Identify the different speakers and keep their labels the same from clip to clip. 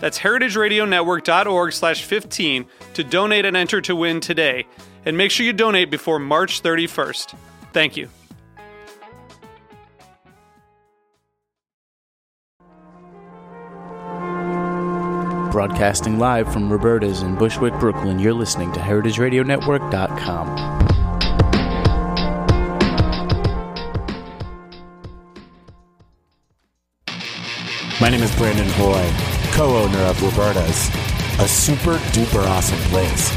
Speaker 1: That's heritageradionetwork.org slash 15 to donate and enter to win today. And make sure you donate before March 31st. Thank you.
Speaker 2: Broadcasting live from Roberta's in Bushwick, Brooklyn, you're listening to heritageradionetwork.com.
Speaker 3: My name is Brandon Hoy, co owner of Roberta's, a super duper awesome place.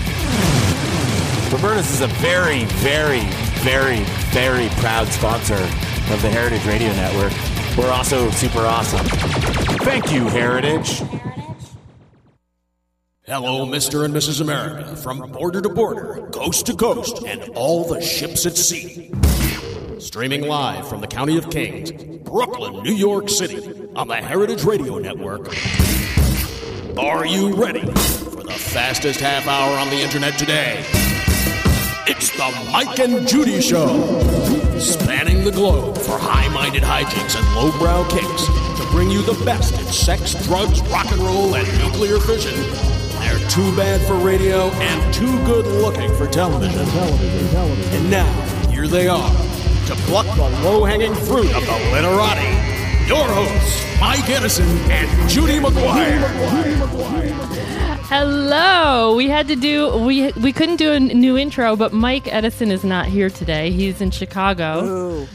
Speaker 3: Roberta's is a very, very, very, very proud sponsor of the Heritage Radio Network. We're also super awesome. Thank you, Heritage.
Speaker 4: Hello, Mr. and Mrs. America, from border to border, coast to coast, and all the ships at sea. Streaming live from the County of Kings, Brooklyn, New York City, on the Heritage Radio Network. Are you ready for the fastest half hour on the internet today? It's the Mike and Judy Show, spanning the globe for high minded hijinks and lowbrow kicks to bring you the best in sex, drugs, rock and roll, and nuclear fission. They're too bad for radio and too good looking for television. And now, here they are to pluck the low hanging fruit of the literati. Your hosts, Mike Edison and Judy McGuire.
Speaker 5: Hello. We had to do we we couldn't do a n- new intro, but Mike Edison is not here today. He's in Chicago.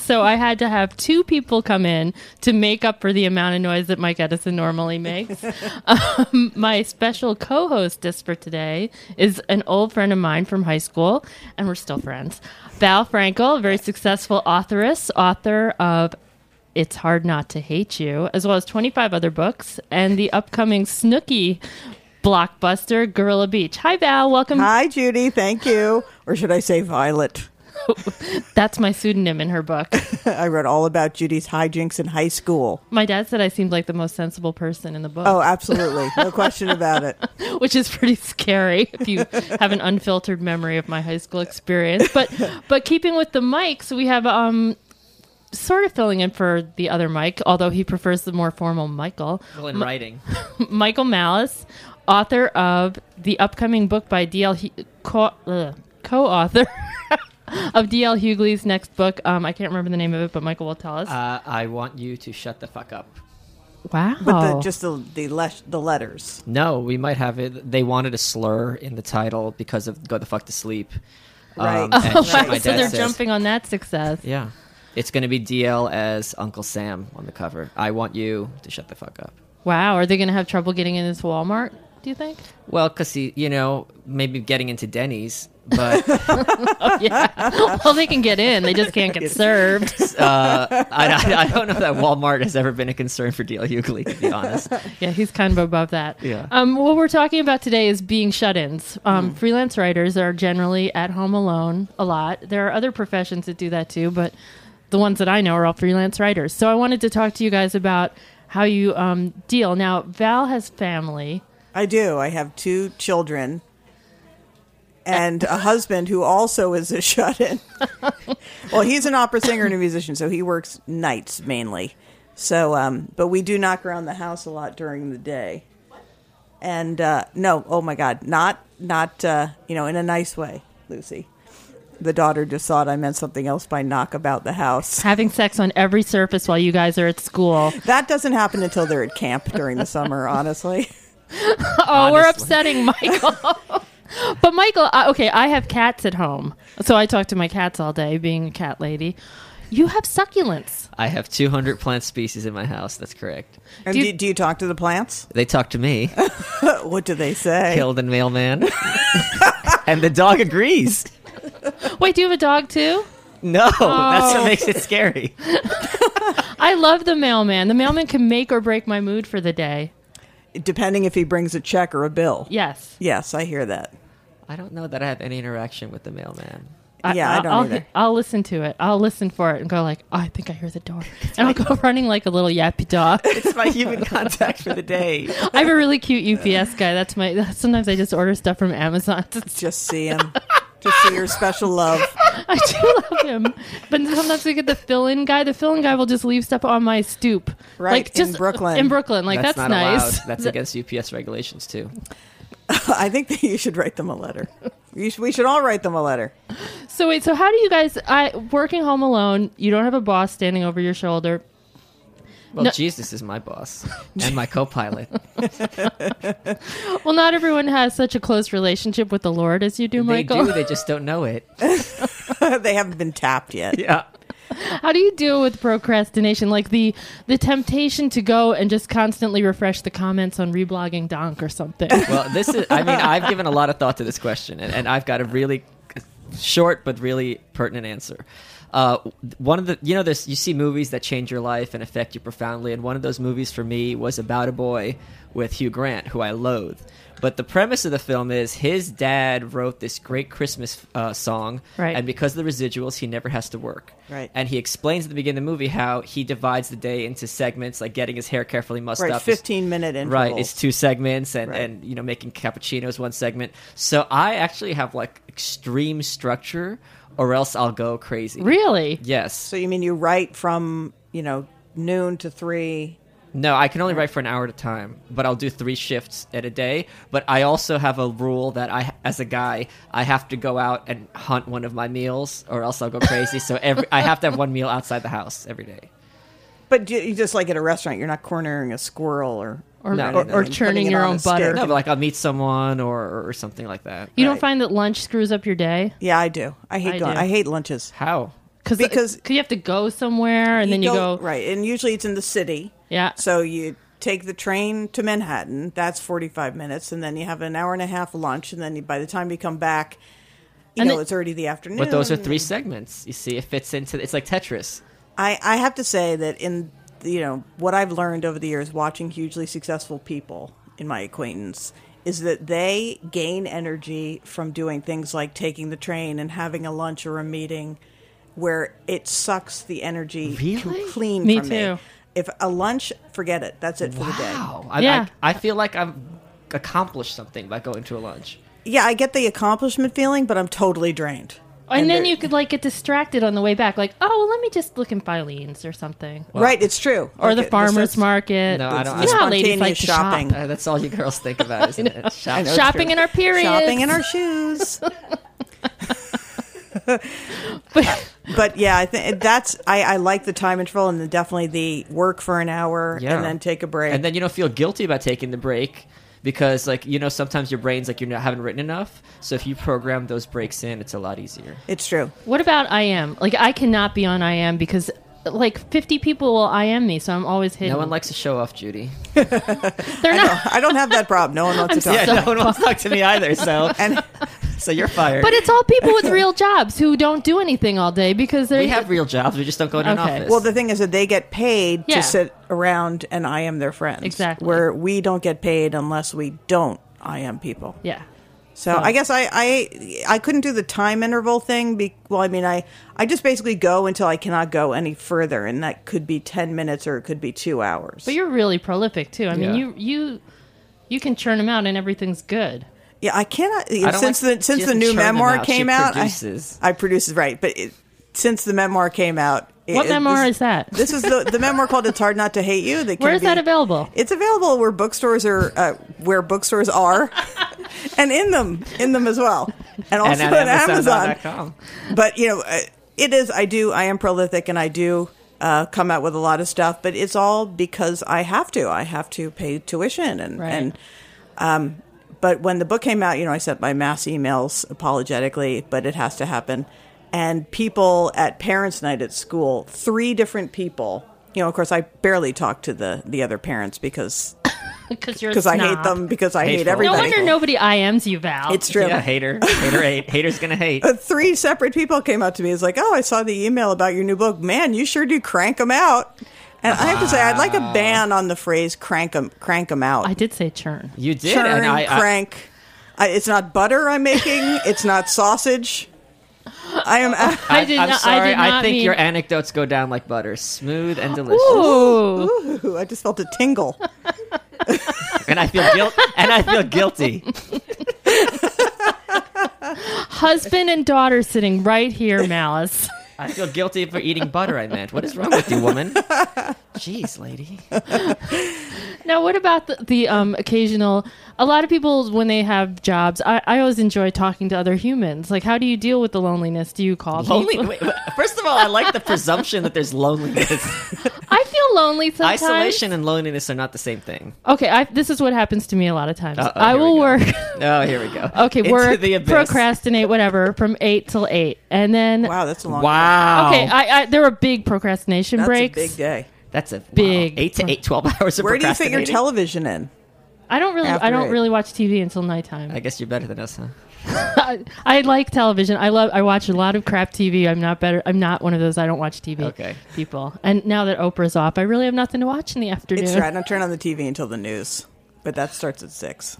Speaker 5: so I had to have two people come in to make up for the amount of noise that Mike Edison normally makes. um, my special co-hostess for today is an old friend of mine from high school, and we're still friends. Val Frankel, a very successful authoress, author of it's Hard Not to Hate You, as well as 25 other books, and the upcoming Snooky blockbuster, Gorilla Beach. Hi, Val. Welcome.
Speaker 6: Hi, Judy. Thank you. Or should I say Violet?
Speaker 5: That's my pseudonym in her book.
Speaker 6: I wrote all about Judy's hijinks in high school.
Speaker 5: My dad said I seemed like the most sensible person in the book,
Speaker 6: Oh, absolutely. No question about it.
Speaker 5: which is pretty scary if you have an unfiltered memory of my high school experience. But but keeping with the mics, we have um sort of filling in for the other Mike, although he prefers the more formal Michael.
Speaker 7: Well, in writing.
Speaker 5: Michael Malice, author of the upcoming book by D.L. Hu- co- ugh, co-author of D.L. Hughley's next book. Um, I can't remember the name of it, but Michael will tell us.
Speaker 7: Uh, I want you to shut the fuck up.
Speaker 5: wow.
Speaker 6: But the, just the the, les- the letters.
Speaker 7: No, we might have it. They wanted a slur in the title because of "Go the fuck to sleep." Um,
Speaker 6: Right.
Speaker 7: and
Speaker 5: oh,
Speaker 7: shit
Speaker 5: wow,
Speaker 7: my
Speaker 5: so
Speaker 7: dad
Speaker 5: they're
Speaker 7: says.
Speaker 5: jumping on that success.
Speaker 7: Yeah, it's going to be DL as Uncle Sam on the cover. I want you to shut the fuck up.
Speaker 5: Wow. Are they going to have trouble getting in this Walmart, do you think?
Speaker 7: Well, because he, you know, maybe getting into Denny's, but
Speaker 5: Yeah. well, they can get in. They just can't get served.
Speaker 7: I, I, I don't know that Walmart has ever been a concern for DL Hughley, to be honest.
Speaker 5: Yeah, he's kind of above that.
Speaker 7: Yeah.
Speaker 5: Um, what we're talking about today is being shut-ins. Um, Freelance writers are generally at home alone a lot. There are other professions that do that too, but the ones that I know are all freelance writers. So I wanted to talk to you guys about how you um, deal. Now, Val has family.
Speaker 6: I do. I have two children and a husband who also is a shut in. well, he's an opera singer and a musician, so he works nights mainly. So, um, but we do knock around the house a lot during the day. And uh, no, oh my God, not not uh, you know in a nice way, Lucy. The daughter just thought I meant something else by knock about the house.
Speaker 5: Having sex on every surface while you guys are at school.
Speaker 6: That doesn't happen until they're at camp during the summer, honestly.
Speaker 5: Oh, we're upsetting Michael. But Michael, I, okay, I have cats at home, so I talk to my cats all day, being a cat lady. You have succulents.
Speaker 7: I have 200 plant species in my house. That's correct.
Speaker 6: And
Speaker 5: Do
Speaker 6: do
Speaker 5: you-
Speaker 6: you, do you talk to the plants?
Speaker 7: They talk to me,
Speaker 6: What do they say?
Speaker 7: killed and mailman. and the dog agrees.
Speaker 5: Wait, do you have a dog too?
Speaker 7: No, that's what makes it scary.
Speaker 5: I love the mailman. The mailman can make or break my mood for the day.
Speaker 6: Depending if he brings a check or a bill.
Speaker 5: Yes.
Speaker 6: Yes, I hear that.
Speaker 7: I don't know that I have any interaction with the mailman.
Speaker 6: Yeah, I don't
Speaker 5: I'll,
Speaker 6: either.
Speaker 5: I'll listen to it. I'll listen for it and go like, oh, I think I hear the door, and I'll go running like a little yappy dog.
Speaker 7: It's my human contact for the day.
Speaker 5: I have a really cute UPS guy. That's my. Sometimes I just order stuff from Amazon.
Speaker 6: Just see him. Just see your special love.
Speaker 5: I do love him, but sometimes we get the fill-in guy. The fill-in guy will just leave stuff on my stoop,
Speaker 6: Right,
Speaker 5: Like
Speaker 6: in
Speaker 5: just
Speaker 6: Brooklyn.
Speaker 5: In Brooklyn, like that's,
Speaker 7: not
Speaker 5: nice.
Speaker 7: allowed. That's against UPS regulations too.
Speaker 6: I think that you should write them a letter. You should, we should all write them a letter.
Speaker 5: So wait, so how do you guys? I working home alone. You don't have a boss standing over your shoulder.
Speaker 7: Well,
Speaker 5: No.
Speaker 7: Jesus is my boss and my co-pilot.
Speaker 5: Well, not everyone has such a close relationship with the Lord as you do,
Speaker 7: they
Speaker 5: Michael.
Speaker 7: do. They just don't know it.
Speaker 6: they haven't been tapped yet.
Speaker 7: Yeah.
Speaker 5: How do you deal with procrastination, like the the temptation to go and just constantly refresh the comments on reblogging Donk or something?
Speaker 7: Well, this is. I mean, I've given a lot of thought to this question, and, and I've got a really short but really pertinent answer. Uh, one of the, you know, there's you see movies that change your life and affect you profoundly, and one of those movies for me was About a Boy with Hugh Grant, who I loathe. But the premise of the film is his dad wrote this great Christmas uh, song,
Speaker 5: Right.
Speaker 7: and because of the residuals, he never has to work.
Speaker 6: Right.
Speaker 7: And he explains at the beginning of the movie how he divides the day into segments, like getting his hair carefully mussed
Speaker 6: Right,
Speaker 7: up, his-
Speaker 6: 15 minute intervals.
Speaker 7: Right, it's two segments, and
Speaker 6: Right.
Speaker 7: and you know making cappuccinos one segment. So I actually have like extreme structure, or else I'll go crazy.
Speaker 5: really?
Speaker 7: Yes.
Speaker 6: So you mean you write from, you know, noon to three?
Speaker 7: No, I can only write for an hour at a time, but I'll do three shifts at a day. But I also have a rule that I, as a guy, I have to go out and hunt one of my meals, or else I'll go crazy. so every I have to have one meal outside the house every day.
Speaker 6: But do, you just like at a restaurant, you're not cornering a squirrel or
Speaker 5: Or,
Speaker 7: No,
Speaker 5: or,
Speaker 7: no, no.
Speaker 5: or
Speaker 7: Putting
Speaker 5: churning
Speaker 6: it
Speaker 5: your
Speaker 6: on
Speaker 5: own
Speaker 6: a
Speaker 5: butter?
Speaker 6: stick.
Speaker 7: No, but like I'll meet someone or or something like that.
Speaker 5: You don't
Speaker 6: Right.
Speaker 5: find that lunch screws up your day?
Speaker 6: yeah, I do. I hate
Speaker 5: I
Speaker 6: going.
Speaker 5: do.
Speaker 6: I hate lunches.
Speaker 7: How?
Speaker 5: Cause,
Speaker 6: Because-
Speaker 5: because you have to go somewhere and then you go,
Speaker 6: right, and usually it's in the city.
Speaker 7: Uh,
Speaker 5: Yeah.
Speaker 6: So you take the train to Manhattan. That's forty five minutes, and then you have an hour and a half lunch, and then you, by the time you come back, you
Speaker 5: And
Speaker 6: know
Speaker 5: it-
Speaker 6: it's already the afternoon.
Speaker 7: But those are three segments. You see, it fits into it's like Tetris.
Speaker 6: I, I have to say that in you know what I've learned over the years watching hugely successful people in my acquaintance is that they gain energy from doing things like taking the train and having a lunch or a meeting where it sucks the energy
Speaker 7: Really?
Speaker 6: clean
Speaker 5: Me
Speaker 6: from
Speaker 5: too.
Speaker 6: me. If a lunch, forget it. That's it for the day.
Speaker 7: Wow. I,
Speaker 5: Yeah.
Speaker 7: I, I feel like I've accomplished something by going to a lunch.
Speaker 6: Yeah, I get the accomplishment feeling, but I'm totally drained.
Speaker 5: and, then
Speaker 6: there-
Speaker 5: you could like get distracted on the way back, like, oh, well, let me just look in Filene's or something,
Speaker 6: right, it's true.
Speaker 5: or the
Speaker 6: Like, it-
Speaker 5: farmers
Speaker 6: that's-
Speaker 5: market.
Speaker 7: No, I don't-
Speaker 5: You know how ladies
Speaker 6: Spontaneous
Speaker 5: like to
Speaker 6: shopping.
Speaker 5: shop.
Speaker 7: Uh, that's all you girls think about, isn't it? Shop-
Speaker 6: know.
Speaker 5: Shopping in our period.
Speaker 6: Shopping in our shoes. but yeah, I think that's I, I like the time interval and the, definitely the work for an hour
Speaker 7: Yeah.
Speaker 6: and then take a break.
Speaker 7: And then you don't feel guilty about taking the break because, like, you know, sometimes your brain's like you are haven't written enough. So if you program those breaks in, it's a lot easier.
Speaker 6: it's true.
Speaker 5: What about IM? Like, I cannot be on IM because like 50 people will IM me, so I'm always hidden.
Speaker 7: No one likes to show off, Judy.
Speaker 5: They're not.
Speaker 6: I don't have that problem. No one wants to talk.
Speaker 7: Yeah, no one wants to talk to me either. So,
Speaker 6: And
Speaker 7: so you're fired.
Speaker 5: But it's all people with real jobs who don't do anything all day because they
Speaker 7: we have real jobs. We just don't go to an
Speaker 5: Okay.
Speaker 7: office.
Speaker 6: well, the thing is that they get paid
Speaker 5: Yeah.
Speaker 6: to sit around and I am their friends.
Speaker 5: Exactly.
Speaker 6: Where we don't get paid unless we don't I am people.
Speaker 5: Yeah.
Speaker 6: So
Speaker 5: Hmm.
Speaker 6: I guess I, I I couldn't do the time interval thing. Be, well, I mean, I I just basically go until I cannot go any further, and that could be ten minutes or it could be two hours.
Speaker 5: But you're really prolific too. I mean,
Speaker 7: Yeah.
Speaker 5: you you you can churn them out and everything's good.
Speaker 6: yeah, I cannot
Speaker 7: don't
Speaker 6: since the
Speaker 7: like- she
Speaker 6: since the
Speaker 7: doesn't
Speaker 6: new
Speaker 7: churn them
Speaker 6: memoir
Speaker 7: out, she
Speaker 6: came out.
Speaker 7: produces.
Speaker 6: I, I produces right, but it, since the memoir came out, it-
Speaker 5: What
Speaker 6: it-
Speaker 5: memoir is that?
Speaker 6: This is the the memoir called "It's Hard Not to Hate You." That
Speaker 5: Where
Speaker 6: can
Speaker 5: is that
Speaker 6: be-
Speaker 5: available?
Speaker 6: It's available where bookstores are uh, where bookstores are, and in them in them as well, and also
Speaker 7: and
Speaker 6: on
Speaker 7: at
Speaker 6: Amazon.
Speaker 7: Amazon.com.
Speaker 6: but you know uh, it is i do i am prolific and i do uh, come out with a lot of stuff but it's all because i have to i have to pay tuition and
Speaker 5: Right.
Speaker 6: and um But when the book came out, you know, I sent my mass emails apologetically, but it has to happen. And people at parents' night at school, three different people. You know, of course, I barely talk to the the other parents because
Speaker 5: because you're
Speaker 6: because I hate them because I hate
Speaker 7: Hateful.
Speaker 5: No
Speaker 6: everybody.
Speaker 5: wonder nobody IMs you, Val.
Speaker 6: it's true.
Speaker 7: Yeah, hater, hater, hate, hater's gonna hate.
Speaker 6: But three separate people came up to me. It's like, oh, I saw the email about your new book. Man, you sure do crank them out. And I have to say, I'd like a ban on the phrase crank them, crank 'em out.
Speaker 5: I did say churn.
Speaker 7: You did,
Speaker 6: Churn,
Speaker 7: and I, I-
Speaker 6: crank. I, it's not butter I'm making. it's not sausage. I am.
Speaker 5: I did
Speaker 7: I'm
Speaker 5: not.
Speaker 7: sorry.
Speaker 5: I did not
Speaker 7: think
Speaker 5: mean,
Speaker 7: your anecdotes go down like butter, smooth and delicious.
Speaker 5: Ooh.
Speaker 6: Ooh, I just felt a tingle.
Speaker 7: And I feel guilt. And I feel guilty.
Speaker 5: husband and daughter sitting right here, Malice.
Speaker 7: I feel guilty for eating butter. I meant. What is wrong with you, woman? Jeez, lady.
Speaker 5: Now, what about the, the um, occasional? A lot of people, when they have jobs, I, I always enjoy talking to other humans. Like, how do you deal with the loneliness? Do you call
Speaker 7: Lonely.
Speaker 5: people?
Speaker 7: wait, wait, first of all, I like the presumption that there's loneliness.
Speaker 5: I feel lonely sometimes.
Speaker 7: Isolation and loneliness are not the same thing.
Speaker 5: Okay, I, this is what happens to me a lot of times.
Speaker 7: Uh-oh,
Speaker 5: I
Speaker 7: here
Speaker 5: will
Speaker 7: we go.
Speaker 5: work.
Speaker 7: Oh, here we go.
Speaker 5: Okay,
Speaker 7: Into
Speaker 5: work,
Speaker 7: the abyss.
Speaker 5: procrastinate, whatever, from eight till eight, and then
Speaker 6: Wow, that's a long.
Speaker 7: Wow.
Speaker 5: okay, I, I there were big procrastination
Speaker 6: that's
Speaker 5: breaks.
Speaker 6: a big day.
Speaker 7: That's a wow.
Speaker 5: Big
Speaker 7: eight to
Speaker 5: pro-
Speaker 7: eight, 12 hours of
Speaker 6: Where do you fit your
Speaker 7: procrastinating.
Speaker 6: television in?
Speaker 5: I don't really, I
Speaker 6: After
Speaker 5: don't
Speaker 6: eight.
Speaker 5: really watch TV until nighttime.
Speaker 7: I guess you're better than us, huh?
Speaker 5: I, I like television. I love. I watch a lot of crap TV. I'm not better. I'm not one of those. I don't watch TV.
Speaker 7: Okay.
Speaker 5: People. And now that Oprah's off, I really have nothing to watch in the afternoon.
Speaker 6: It's right. I don't turn on the TV until the news, but that starts at six.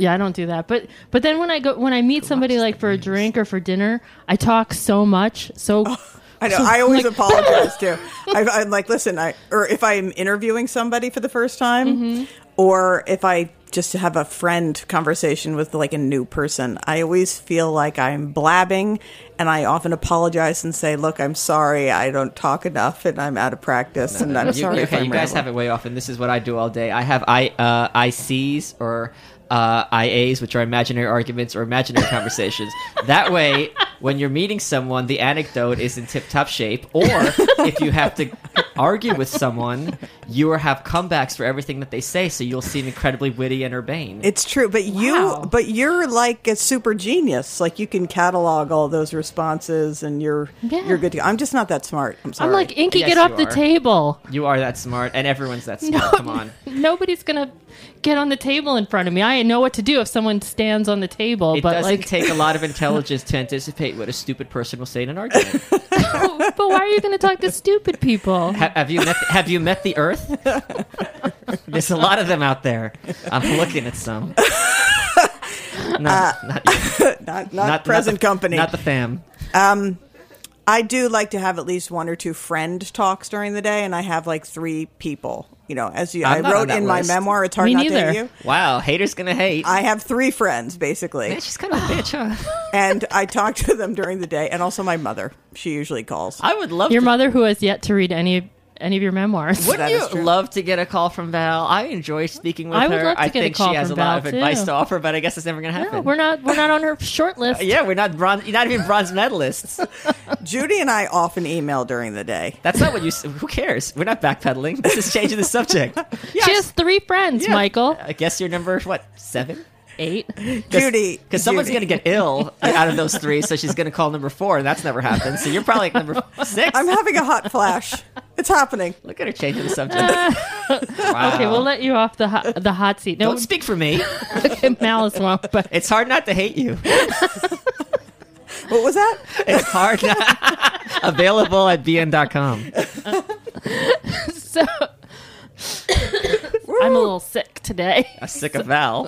Speaker 5: Yeah, I don't do that. But but then when I go when I meet somebody like for a drink or for dinner, I talk so much. So
Speaker 7: Oh,
Speaker 6: I know.
Speaker 5: so,
Speaker 6: I always
Speaker 5: like,
Speaker 6: apologize too. I, I'm like, listen, I or if I'm interviewing somebody for the first time,
Speaker 5: Mm-hmm.
Speaker 6: or if I just have a friend conversation with like a new person, I always feel like I'm blabbing, and I often apologize and say, "Look, I'm sorry, I don't talk enough, and I'm out of practice, and I'm
Speaker 7: You-
Speaker 6: sorry."
Speaker 7: you-
Speaker 6: if
Speaker 7: okay,
Speaker 6: I'm
Speaker 7: you guys
Speaker 6: rambling."
Speaker 7: have it way off, and this is what I do all day. I have I uh, ICs or uh, IAs, which are imaginary arguments or imaginary conversations. That way, when you're meeting someone, the anecdote is in tip-top shape. Or if you have to argue with someone, you are- have comebacks for everything that they say, so you'll seem incredibly witty and urbane.
Speaker 6: It's true, but
Speaker 5: Wow.
Speaker 6: you but you're like a super genius. Like you can catalog all those responses, and you're
Speaker 5: Yeah.
Speaker 6: you're good. To go. I'm just not that smart. I'm sorry.
Speaker 5: I'm like Inky,
Speaker 7: Yes,
Speaker 5: get
Speaker 7: you
Speaker 5: off the
Speaker 7: are.
Speaker 5: table.
Speaker 7: you are that smart, and everyone's that smart. Come on.
Speaker 5: Nobody's gonna get on the table in front of me. I know what to do if someone stands on the table.
Speaker 7: It
Speaker 5: but
Speaker 7: doesn't
Speaker 5: like,
Speaker 7: take a lot of intelligence to anticipate what a stupid person will say in an argument.
Speaker 5: but why are you going to talk to stupid people?
Speaker 7: Ha- have you met? Have you met the Earth? There's a lot of them out there. I'm looking at some. No, not, you.
Speaker 6: not, not,
Speaker 7: Not-
Speaker 6: Uh, present
Speaker 7: not the-
Speaker 6: company.
Speaker 7: Not the fam.
Speaker 6: I do like to have at least one or two friend talks during the day, and I have like three people. You know, as you,
Speaker 7: I'm
Speaker 6: I
Speaker 7: not on
Speaker 6: wrote
Speaker 7: that
Speaker 6: in
Speaker 7: list.
Speaker 6: my memoir, it's hard
Speaker 5: Me
Speaker 6: not to
Speaker 5: neither.
Speaker 6: hate you.
Speaker 7: Wow, haters gonna hate.
Speaker 6: I have three friends basically,
Speaker 7: Man, she's kind of a bitch, huh?
Speaker 6: and I talk to them during the day, and also my mother. She usually calls.
Speaker 7: I would love
Speaker 5: Your
Speaker 7: to,
Speaker 5: mother, who has yet to read any any of your memoirs.
Speaker 6: That is
Speaker 7: Wouldn't you
Speaker 6: true.
Speaker 7: love to get a call from Val? I enjoy speaking with
Speaker 5: I would
Speaker 7: her.
Speaker 5: love to
Speaker 7: I
Speaker 5: get a
Speaker 7: think
Speaker 5: call
Speaker 7: she has a
Speaker 5: from
Speaker 7: lot
Speaker 5: Val,
Speaker 7: of advice
Speaker 5: too.
Speaker 7: to offer, but I guess it's never gonna happen.
Speaker 5: No, we're not. We're not on her short list.
Speaker 7: Uh, Yeah, we're not bronze. You're not even bronze medalists.
Speaker 6: Judy and I often email during the day.
Speaker 7: That's not what you. s- Who cares? We're not backpedaling. This is changing the subject.
Speaker 5: She has three friends,
Speaker 7: Yeah.
Speaker 5: Michael.
Speaker 7: I guess you're number what seven.
Speaker 5: Eight.
Speaker 6: Judy,
Speaker 7: Because someone's going
Speaker 6: Judy.
Speaker 7: to get ill out of those three, so she's going to call number four, and that's never happened. So you're probably at number six.
Speaker 6: I'm having a hot flash. It's happening.
Speaker 7: Look at her changing the subject. wow.
Speaker 5: Okay, we'll let you off the hot, the hot seat. No,
Speaker 7: Don't speak for me.
Speaker 5: malice won't. But
Speaker 7: It's hard not to hate you.
Speaker 6: What was that?
Speaker 7: It's hard not. Available at bn.com.
Speaker 5: so I'm a little sick today.
Speaker 7: I'm sick of Val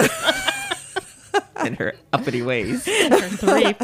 Speaker 7: and her uppity ways.
Speaker 5: Three.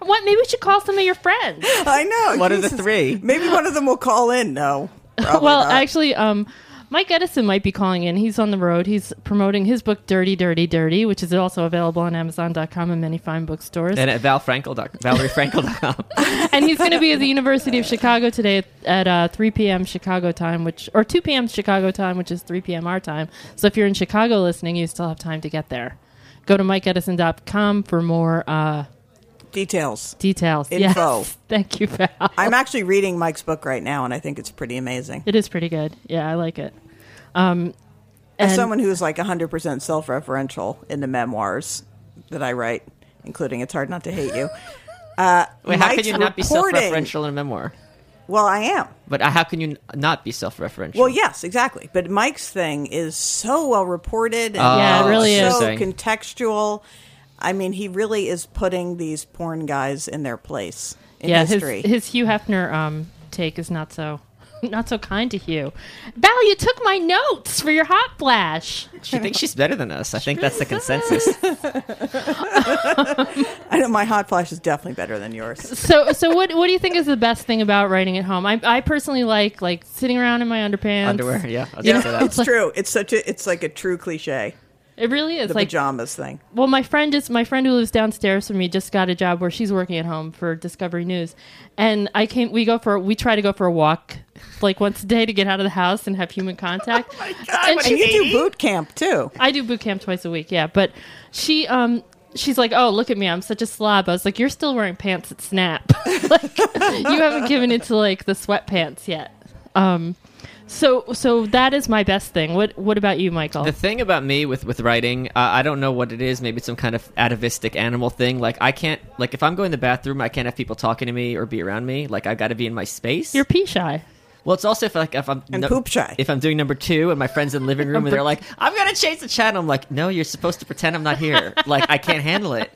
Speaker 5: What? Maybe we should call some of your friends.
Speaker 6: I know.
Speaker 7: What are the
Speaker 6: Jesus.
Speaker 7: three?
Speaker 6: Maybe one of them will call in. No. Probably
Speaker 5: well,
Speaker 6: not.
Speaker 5: actually, um, Mike Edison might be calling in. He's on the road. He's promoting his book "Dirty, Dirty, Dirty," which is also available on Amazon.com and many fine bookstores.
Speaker 7: And at valfrankl. dot- valerifrankl.com.
Speaker 5: and he's going to be at the University of Chicago today at, at uh, 3 p.m. Chicago time, which or 2 p.m. Chicago time, which is 3 p.m. our time. So if you're in Chicago listening, you still have time to get there. Go to mikeedison.com for more uh,
Speaker 6: details.
Speaker 5: details.
Speaker 6: Info.
Speaker 5: Yes. Thank you, Val.
Speaker 6: I'm actually reading Mike's book right now, and I think it's pretty amazing.
Speaker 5: It is pretty good. Yeah, I like it. Um,
Speaker 6: As
Speaker 5: And-
Speaker 6: someone who's like 100% self referential in the memoirs that I write, including It's Hard Not to Hate You. Uh,
Speaker 7: Wait, how can
Speaker 6: Mike's
Speaker 7: you not be
Speaker 6: reporting-
Speaker 7: self-referential in a memoir?
Speaker 6: Well, I am.
Speaker 7: But uh, how can you n- not be self-referential?
Speaker 6: Well, yes, exactly. But Mike's thing is so well reported. And
Speaker 7: Oh,
Speaker 5: Yeah, it really
Speaker 6: so
Speaker 7: is.
Speaker 6: contextual. I mean, he really is putting these porn guys in their place in
Speaker 5: yeah, his,
Speaker 6: history.
Speaker 5: his Hugh Hefner um, take is not so not so kind to Hugh. Val, you took my notes for your hot flash.
Speaker 7: she thinks she's better than us. I think that's the consensus.
Speaker 6: I know my hot flash is definitely better than yours.
Speaker 5: So, so what what do you think is the best thing about writing at home? I, I personally like like sitting around in my underpants.
Speaker 7: Underwear, yeah. I was
Speaker 5: You
Speaker 7: gonna say
Speaker 5: know,
Speaker 7: that.
Speaker 6: It's true. It's such a. It's like a true cliche.
Speaker 5: It really is
Speaker 6: The
Speaker 5: like
Speaker 6: pajamas thing.
Speaker 5: Well, my friend is my friend who lives downstairs from me just got a job where she's working at home for Discovery News, and I came. We go for we try to go for a walk like once a day to get out of the house and have human
Speaker 7: Oh
Speaker 5: contact. and
Speaker 6: And
Speaker 5: she,
Speaker 6: you do boot camp too.
Speaker 5: I do boot camp twice a week, yeah. But she um she's like, oh look at me, I'm such a slob. I was like, you're still wearing pants at Snap. like you haven't given it to like the sweatpants yet. Um, so so that is my best thing. What what about you, Michael?
Speaker 7: The thing about me with with writing, uh, I don't know what it is. Maybe it's some kind of atavistic animal thing. Like I can't, like if I'm going to the bathroom, I can't have people talking to me or be around me. Like I got to be in my space.
Speaker 5: You're pee shy.
Speaker 7: well, it's also if like if I'm
Speaker 6: And poop shy.
Speaker 7: If I'm doing number two and my friends in the living room and they're
Speaker 5: Number-
Speaker 7: like, "I'm gonna change the channel," I'm like, "No, you're supposed to pretend I'm not here. like I can't handle it."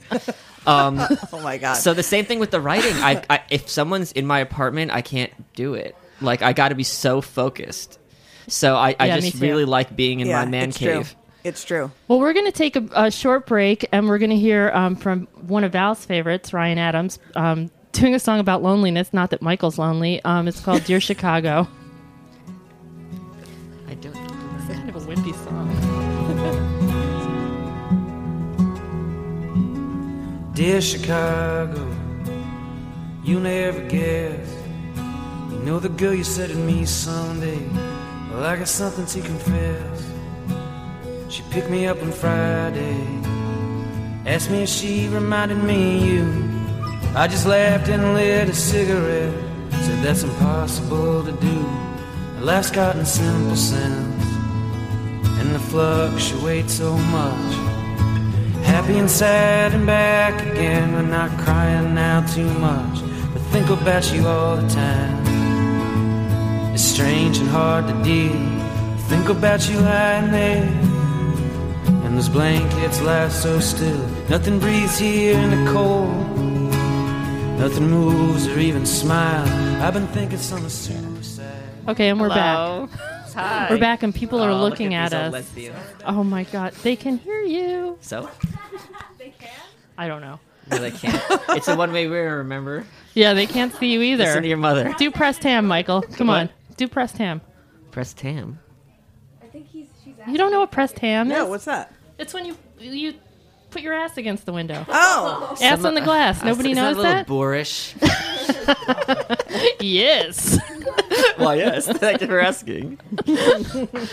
Speaker 6: Oh my god.
Speaker 7: So the same thing with the writing. I, I if someone's in my apartment, I can't do it. Like I got to be so focused. So I, I
Speaker 5: Yeah, me
Speaker 7: just
Speaker 5: too.
Speaker 7: really like being in
Speaker 6: yeah,
Speaker 7: my man
Speaker 6: it's
Speaker 7: cave.
Speaker 6: True. It's true.
Speaker 5: Well, we're going to take a, a short break and we're going to hear um, from one of Val's favorites, Ryan Adams, um, doing a song about loneliness. Not that Michael's lonely. Um, it's called Dear Chicago.
Speaker 7: I don't.
Speaker 5: It's kind of a wimpy song.
Speaker 8: Dear Chicago, you never guess. You know the girl you said to me someday. Well, I got something to confess. She picked me up on Friday. Asked me if she reminded me of you. I just laughed and lit a cigarette. Said that's impossible to do. Life's gotten simple since. And it fluctuates so much. Happy and sad and back again. We're not crying now too much, but think about you all the time. It's strange and hard to deal. Think about you lying there. And those blankets lie so still. Nothing breathes here in the cold. Nothing moves or even smiles. I've been thinking something super sad.
Speaker 5: Okay, and we're
Speaker 7: Hello.
Speaker 5: back.
Speaker 7: Hi.
Speaker 5: We're back, and people are
Speaker 7: Oh, look
Speaker 5: looking
Speaker 7: at
Speaker 5: at,
Speaker 7: these old
Speaker 5: us.
Speaker 7: lesbians.
Speaker 5: Oh my God, they can hear you.
Speaker 7: So
Speaker 5: I don't know.
Speaker 7: no, they can't. it's a one-way mirror. Remember,
Speaker 5: Yeah, they can't see you either.
Speaker 7: listen to your mother.
Speaker 5: Do pressed ham, Michael. Come on. Do pressed ham.
Speaker 7: Press Tam.
Speaker 5: You don't know what pressed ham
Speaker 6: No,
Speaker 5: is?
Speaker 6: what's that?
Speaker 5: It's when you you put your ass against the window.
Speaker 6: Oh,
Speaker 5: ass on the glass. Nobody
Speaker 7: Isn't
Speaker 5: knows
Speaker 7: that. A little
Speaker 5: that.
Speaker 7: boorish.
Speaker 5: yes.
Speaker 7: well, yes. Thank you for asking.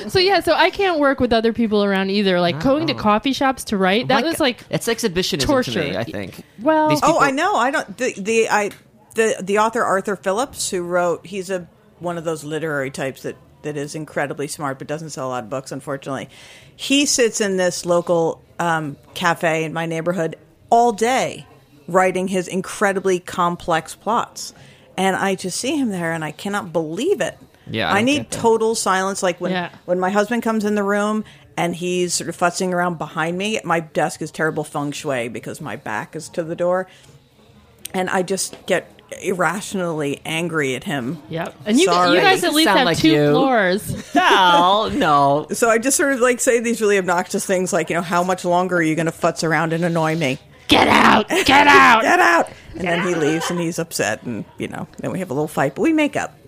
Speaker 5: So yeah, so I can't work with other people around either. Like going to coffee shops to write, that
Speaker 7: Oh My
Speaker 5: was
Speaker 7: go-
Speaker 5: like
Speaker 7: it's exhibitionism
Speaker 5: torture.
Speaker 7: to me. I think.
Speaker 5: well,
Speaker 7: These
Speaker 6: oh,
Speaker 7: people-
Speaker 6: I know. I don't. The, the I the the author Arthur Phillips, who wrote, he's a one of those literary types that that is incredibly smart but doesn't sell a lot of books, unfortunately. He sits in this local um, cafe in my neighborhood all day writing his incredibly complex plots, and I just see him there, and I cannot believe it.
Speaker 7: Yeah, I
Speaker 6: I,
Speaker 7: don't
Speaker 6: need
Speaker 7: get that.
Speaker 6: total silence. Like when
Speaker 5: Yeah.
Speaker 6: when my husband comes in the room and he's sort of futzing around behind me, my desk is terrible feng shui because my back is to the door, and I just get irrationally angry at him.
Speaker 5: Yep. And you,
Speaker 6: Sorry.
Speaker 5: you guys at least
Speaker 7: Sound
Speaker 5: have
Speaker 7: like
Speaker 5: two
Speaker 7: you.
Speaker 5: floors.
Speaker 7: No, no.
Speaker 6: So I just sort of like say these really obnoxious things, like you know, how much longer are you going to futz around and annoy me?
Speaker 5: Get out! Get out!
Speaker 6: Get out! And then he leaves, and he's upset, and you know, then we have a little fight, but we make up.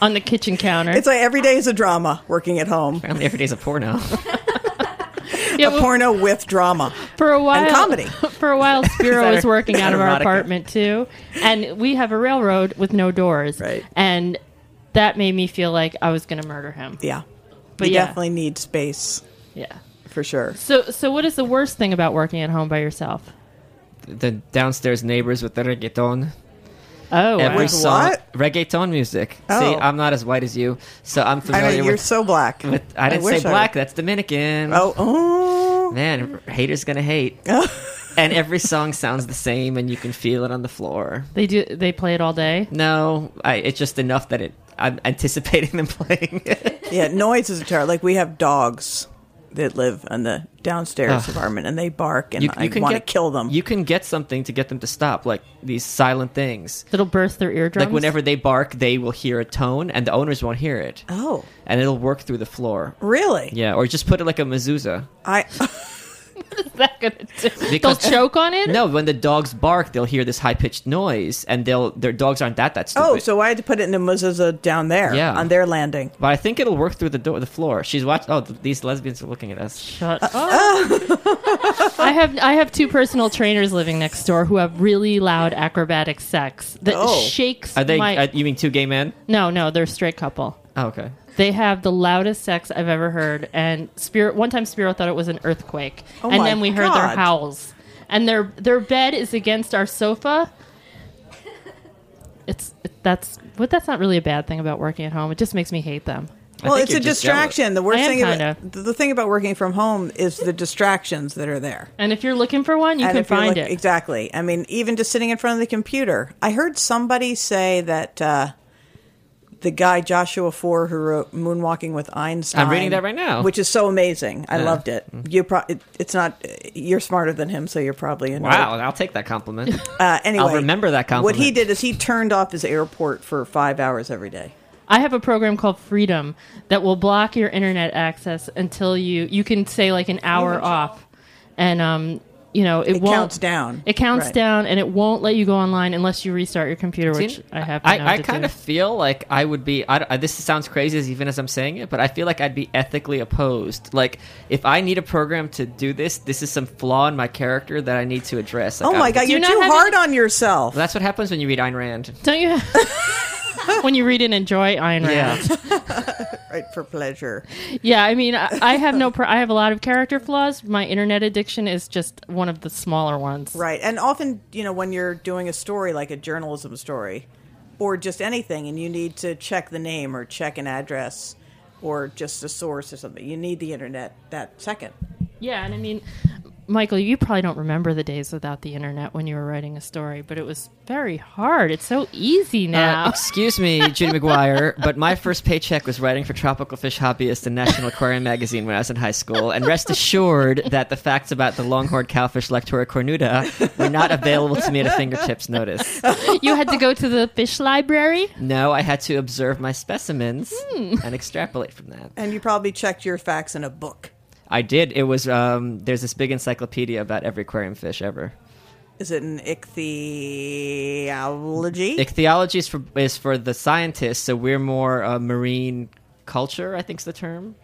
Speaker 5: On the kitchen counter.
Speaker 6: It's like every day is a drama working at home,
Speaker 7: Apparently, every day's a porno.
Speaker 5: yeah, well,
Speaker 6: porno with drama.
Speaker 5: for a while,
Speaker 6: comedy.
Speaker 5: For a while, Spiro
Speaker 7: that
Speaker 5: was
Speaker 7: er-
Speaker 5: working
Speaker 7: is
Speaker 5: out
Speaker 7: that
Speaker 5: of our
Speaker 7: erotica?
Speaker 5: apartment too, and we have a railroad with no doors.
Speaker 6: Right.
Speaker 5: And that made me feel like I was going to murder him.
Speaker 6: Yeah,
Speaker 5: But
Speaker 6: you
Speaker 5: yeah.
Speaker 6: definitely need space
Speaker 5: Yeah.
Speaker 6: for sure.
Speaker 5: So, so what is the worst thing about working at home by yourself?
Speaker 7: the downstairs neighbors with the reggaeton.
Speaker 5: Oh, wow.
Speaker 7: every song
Speaker 6: What?
Speaker 7: reggaeton music. See,
Speaker 6: Oh.
Speaker 7: I'm not as white as you, so I'm familiar
Speaker 6: I mean, you're
Speaker 7: with.
Speaker 6: so black.
Speaker 7: with I didn't
Speaker 6: wish
Speaker 7: say black.
Speaker 6: I
Speaker 7: That's Dominican.
Speaker 6: would- oh, oh.
Speaker 7: man, haters gonna hate. and every song sounds the same, and you can feel it on the floor.
Speaker 5: They do. They play it all day.
Speaker 7: No, I, it's just enough that it. I'm anticipating them playing. it.
Speaker 6: Yeah, noise is a terror. Like we have dogs that live on the downstairs apartment, and they bark, and I want to kill them.
Speaker 7: You can get something to get them to stop, like these silent things.
Speaker 5: It'll burst their eardrums.
Speaker 7: Like whenever they bark, they will hear a tone, and the owners won't hear it,
Speaker 6: oh,
Speaker 7: and it'll work through the floor.
Speaker 6: really?
Speaker 7: Yeah, or just put it like a mezuzah.
Speaker 6: I
Speaker 5: that gonna do?
Speaker 7: Because-
Speaker 5: they'll choke on it.
Speaker 7: No, when the dogs bark, they'll hear this high pitched noise, and they'll their dogs aren't that that stupid.
Speaker 6: oh, so I had to put it in a mezuzah down there
Speaker 7: Yeah.
Speaker 6: on their landing.
Speaker 7: But I think it'll work through the door, the floor. She's watching. Oh, th- these lesbians are looking at us.
Speaker 5: Shut
Speaker 6: Uh,
Speaker 5: up. I have I have two personal trainers living next door who have really loud acrobatic sex that
Speaker 6: Oh.
Speaker 5: shakes
Speaker 7: Are they?
Speaker 5: my
Speaker 7: uh, you mean two gay men?
Speaker 5: No, no, they're a straight couple.
Speaker 7: Oh, okay.
Speaker 5: They have the loudest sex I've ever heard and Spirit one time Spiro thought it was an earthquake.
Speaker 6: Oh
Speaker 5: and
Speaker 6: my
Speaker 5: then we heard their
Speaker 6: God.
Speaker 5: howls. And their their bed is against our sofa. It's that's but that's not really a bad thing about working at home. It just makes me hate them.
Speaker 7: I
Speaker 6: well,
Speaker 7: think
Speaker 6: it's
Speaker 7: you're
Speaker 6: a
Speaker 7: just
Speaker 6: distraction. The
Speaker 5: I
Speaker 6: worst
Speaker 5: am
Speaker 6: thing about
Speaker 5: kinda.
Speaker 6: the thing about working from home is the distractions that are there.
Speaker 5: And if you're looking for one, you
Speaker 6: And
Speaker 5: can
Speaker 6: if you're
Speaker 5: find
Speaker 6: look-
Speaker 5: it.
Speaker 6: Exactly. I mean, even just sitting in front of the computer. I heard somebody say that uh, the guy Joshua Foer who wrote Moonwalking with Einstein.
Speaker 7: I'm reading that right now.
Speaker 6: which is so amazing. I
Speaker 7: Yeah.
Speaker 6: loved it. You pro- it, it's not. You're smarter than him, so you're probably annoyed.
Speaker 7: Wow, I'll take that compliment.
Speaker 6: Uh, anyway,
Speaker 7: I'll remember that compliment.
Speaker 6: What he did is he turned off his airport for five hours every day.
Speaker 5: I have a program called Freedom that will block your internet access until you you can say like an hour off, and um, you know it,
Speaker 6: It
Speaker 5: won't,
Speaker 6: counts down.
Speaker 5: It counts
Speaker 6: Right.
Speaker 5: down, and it won't let you go online unless you restart your computer, which
Speaker 7: See,
Speaker 5: I have. now
Speaker 7: I, I
Speaker 5: to
Speaker 7: kind
Speaker 5: do.
Speaker 7: of feel like I would be. I, don't- I- this sounds crazy, as even as I'm saying it, but I feel like I'd be ethically opposed. Like, if I need a program to do this, this is some flaw in my character that I need to address. Like,
Speaker 6: Oh my
Speaker 7: I'm-
Speaker 6: god,
Speaker 5: Do you
Speaker 6: you're
Speaker 5: not
Speaker 6: too
Speaker 5: have
Speaker 6: hard
Speaker 5: any-
Speaker 6: on yourself.
Speaker 7: That's what happens when you read Ayn Rand.
Speaker 5: don't you when you read and enjoy Ayn Rand.
Speaker 7: Yeah,
Speaker 6: Right for pleasure.
Speaker 5: Yeah, I mean I, I have no pro- I have a lot of character flaws. My internet addiction is just one of the smaller ones.
Speaker 6: Right. And often, you know, when you're doing a story like a journalism story or just anything and you need to check the name or check an address or just a source or something, you need the internet that second.
Speaker 5: Yeah, and I mean, Michael, you probably don't remember the days without the internet when you were writing a story, but it was very hard. It's so easy now.
Speaker 7: Uh, excuse me, Judy McGuire, but my first paycheck was writing for Tropical Fish Hobbyist and National Aquarium Magazine when I was in high school. And rest assured that the facts about the longhorn cowfish Lectura cornuta were not available to me at a fingertips notice.
Speaker 5: you had to go to the fish library.
Speaker 7: No, I had to observe my specimens and extrapolate from that.
Speaker 6: And you probably checked your facts in a book.
Speaker 7: I did. It was um, there's this big encyclopedia about every aquarium fish ever.
Speaker 6: Is it an ichthyology?
Speaker 7: Ichthyology is for is for the scientists, so we're more uh, marine culture. I think's the term.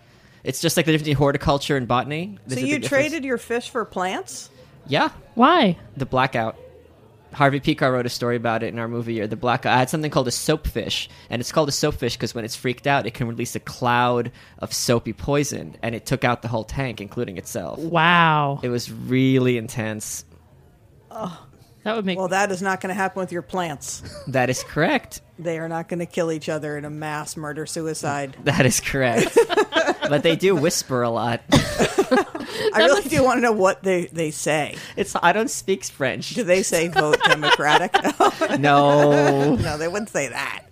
Speaker 7: It's just like the difference between horticulture and botany.
Speaker 6: so
Speaker 7: There's a
Speaker 6: you
Speaker 7: big difference.
Speaker 6: traded your fish for plants?
Speaker 7: Yeah,
Speaker 5: Why?
Speaker 7: the blackout. Harvey Picar wrote a story about it in our movie year. The blackout. I had something called a soapfish, and it's called a soapfish because when it's freaked out, it can release a cloud of soapy poison, and it took out the whole tank, including itself.
Speaker 5: Wow,
Speaker 7: It was really intense.
Speaker 5: that would make.
Speaker 6: Well, that is not going to happen with your plants.
Speaker 7: That is correct.
Speaker 6: They are not going to kill each other in a mass murder suicide.
Speaker 7: That is correct. but they do whisper a lot.
Speaker 6: I really do want to know what they, they say.
Speaker 7: It's I don't speak French.
Speaker 6: Do they say vote Democratic? No,
Speaker 7: No.
Speaker 6: no, they wouldn't say that.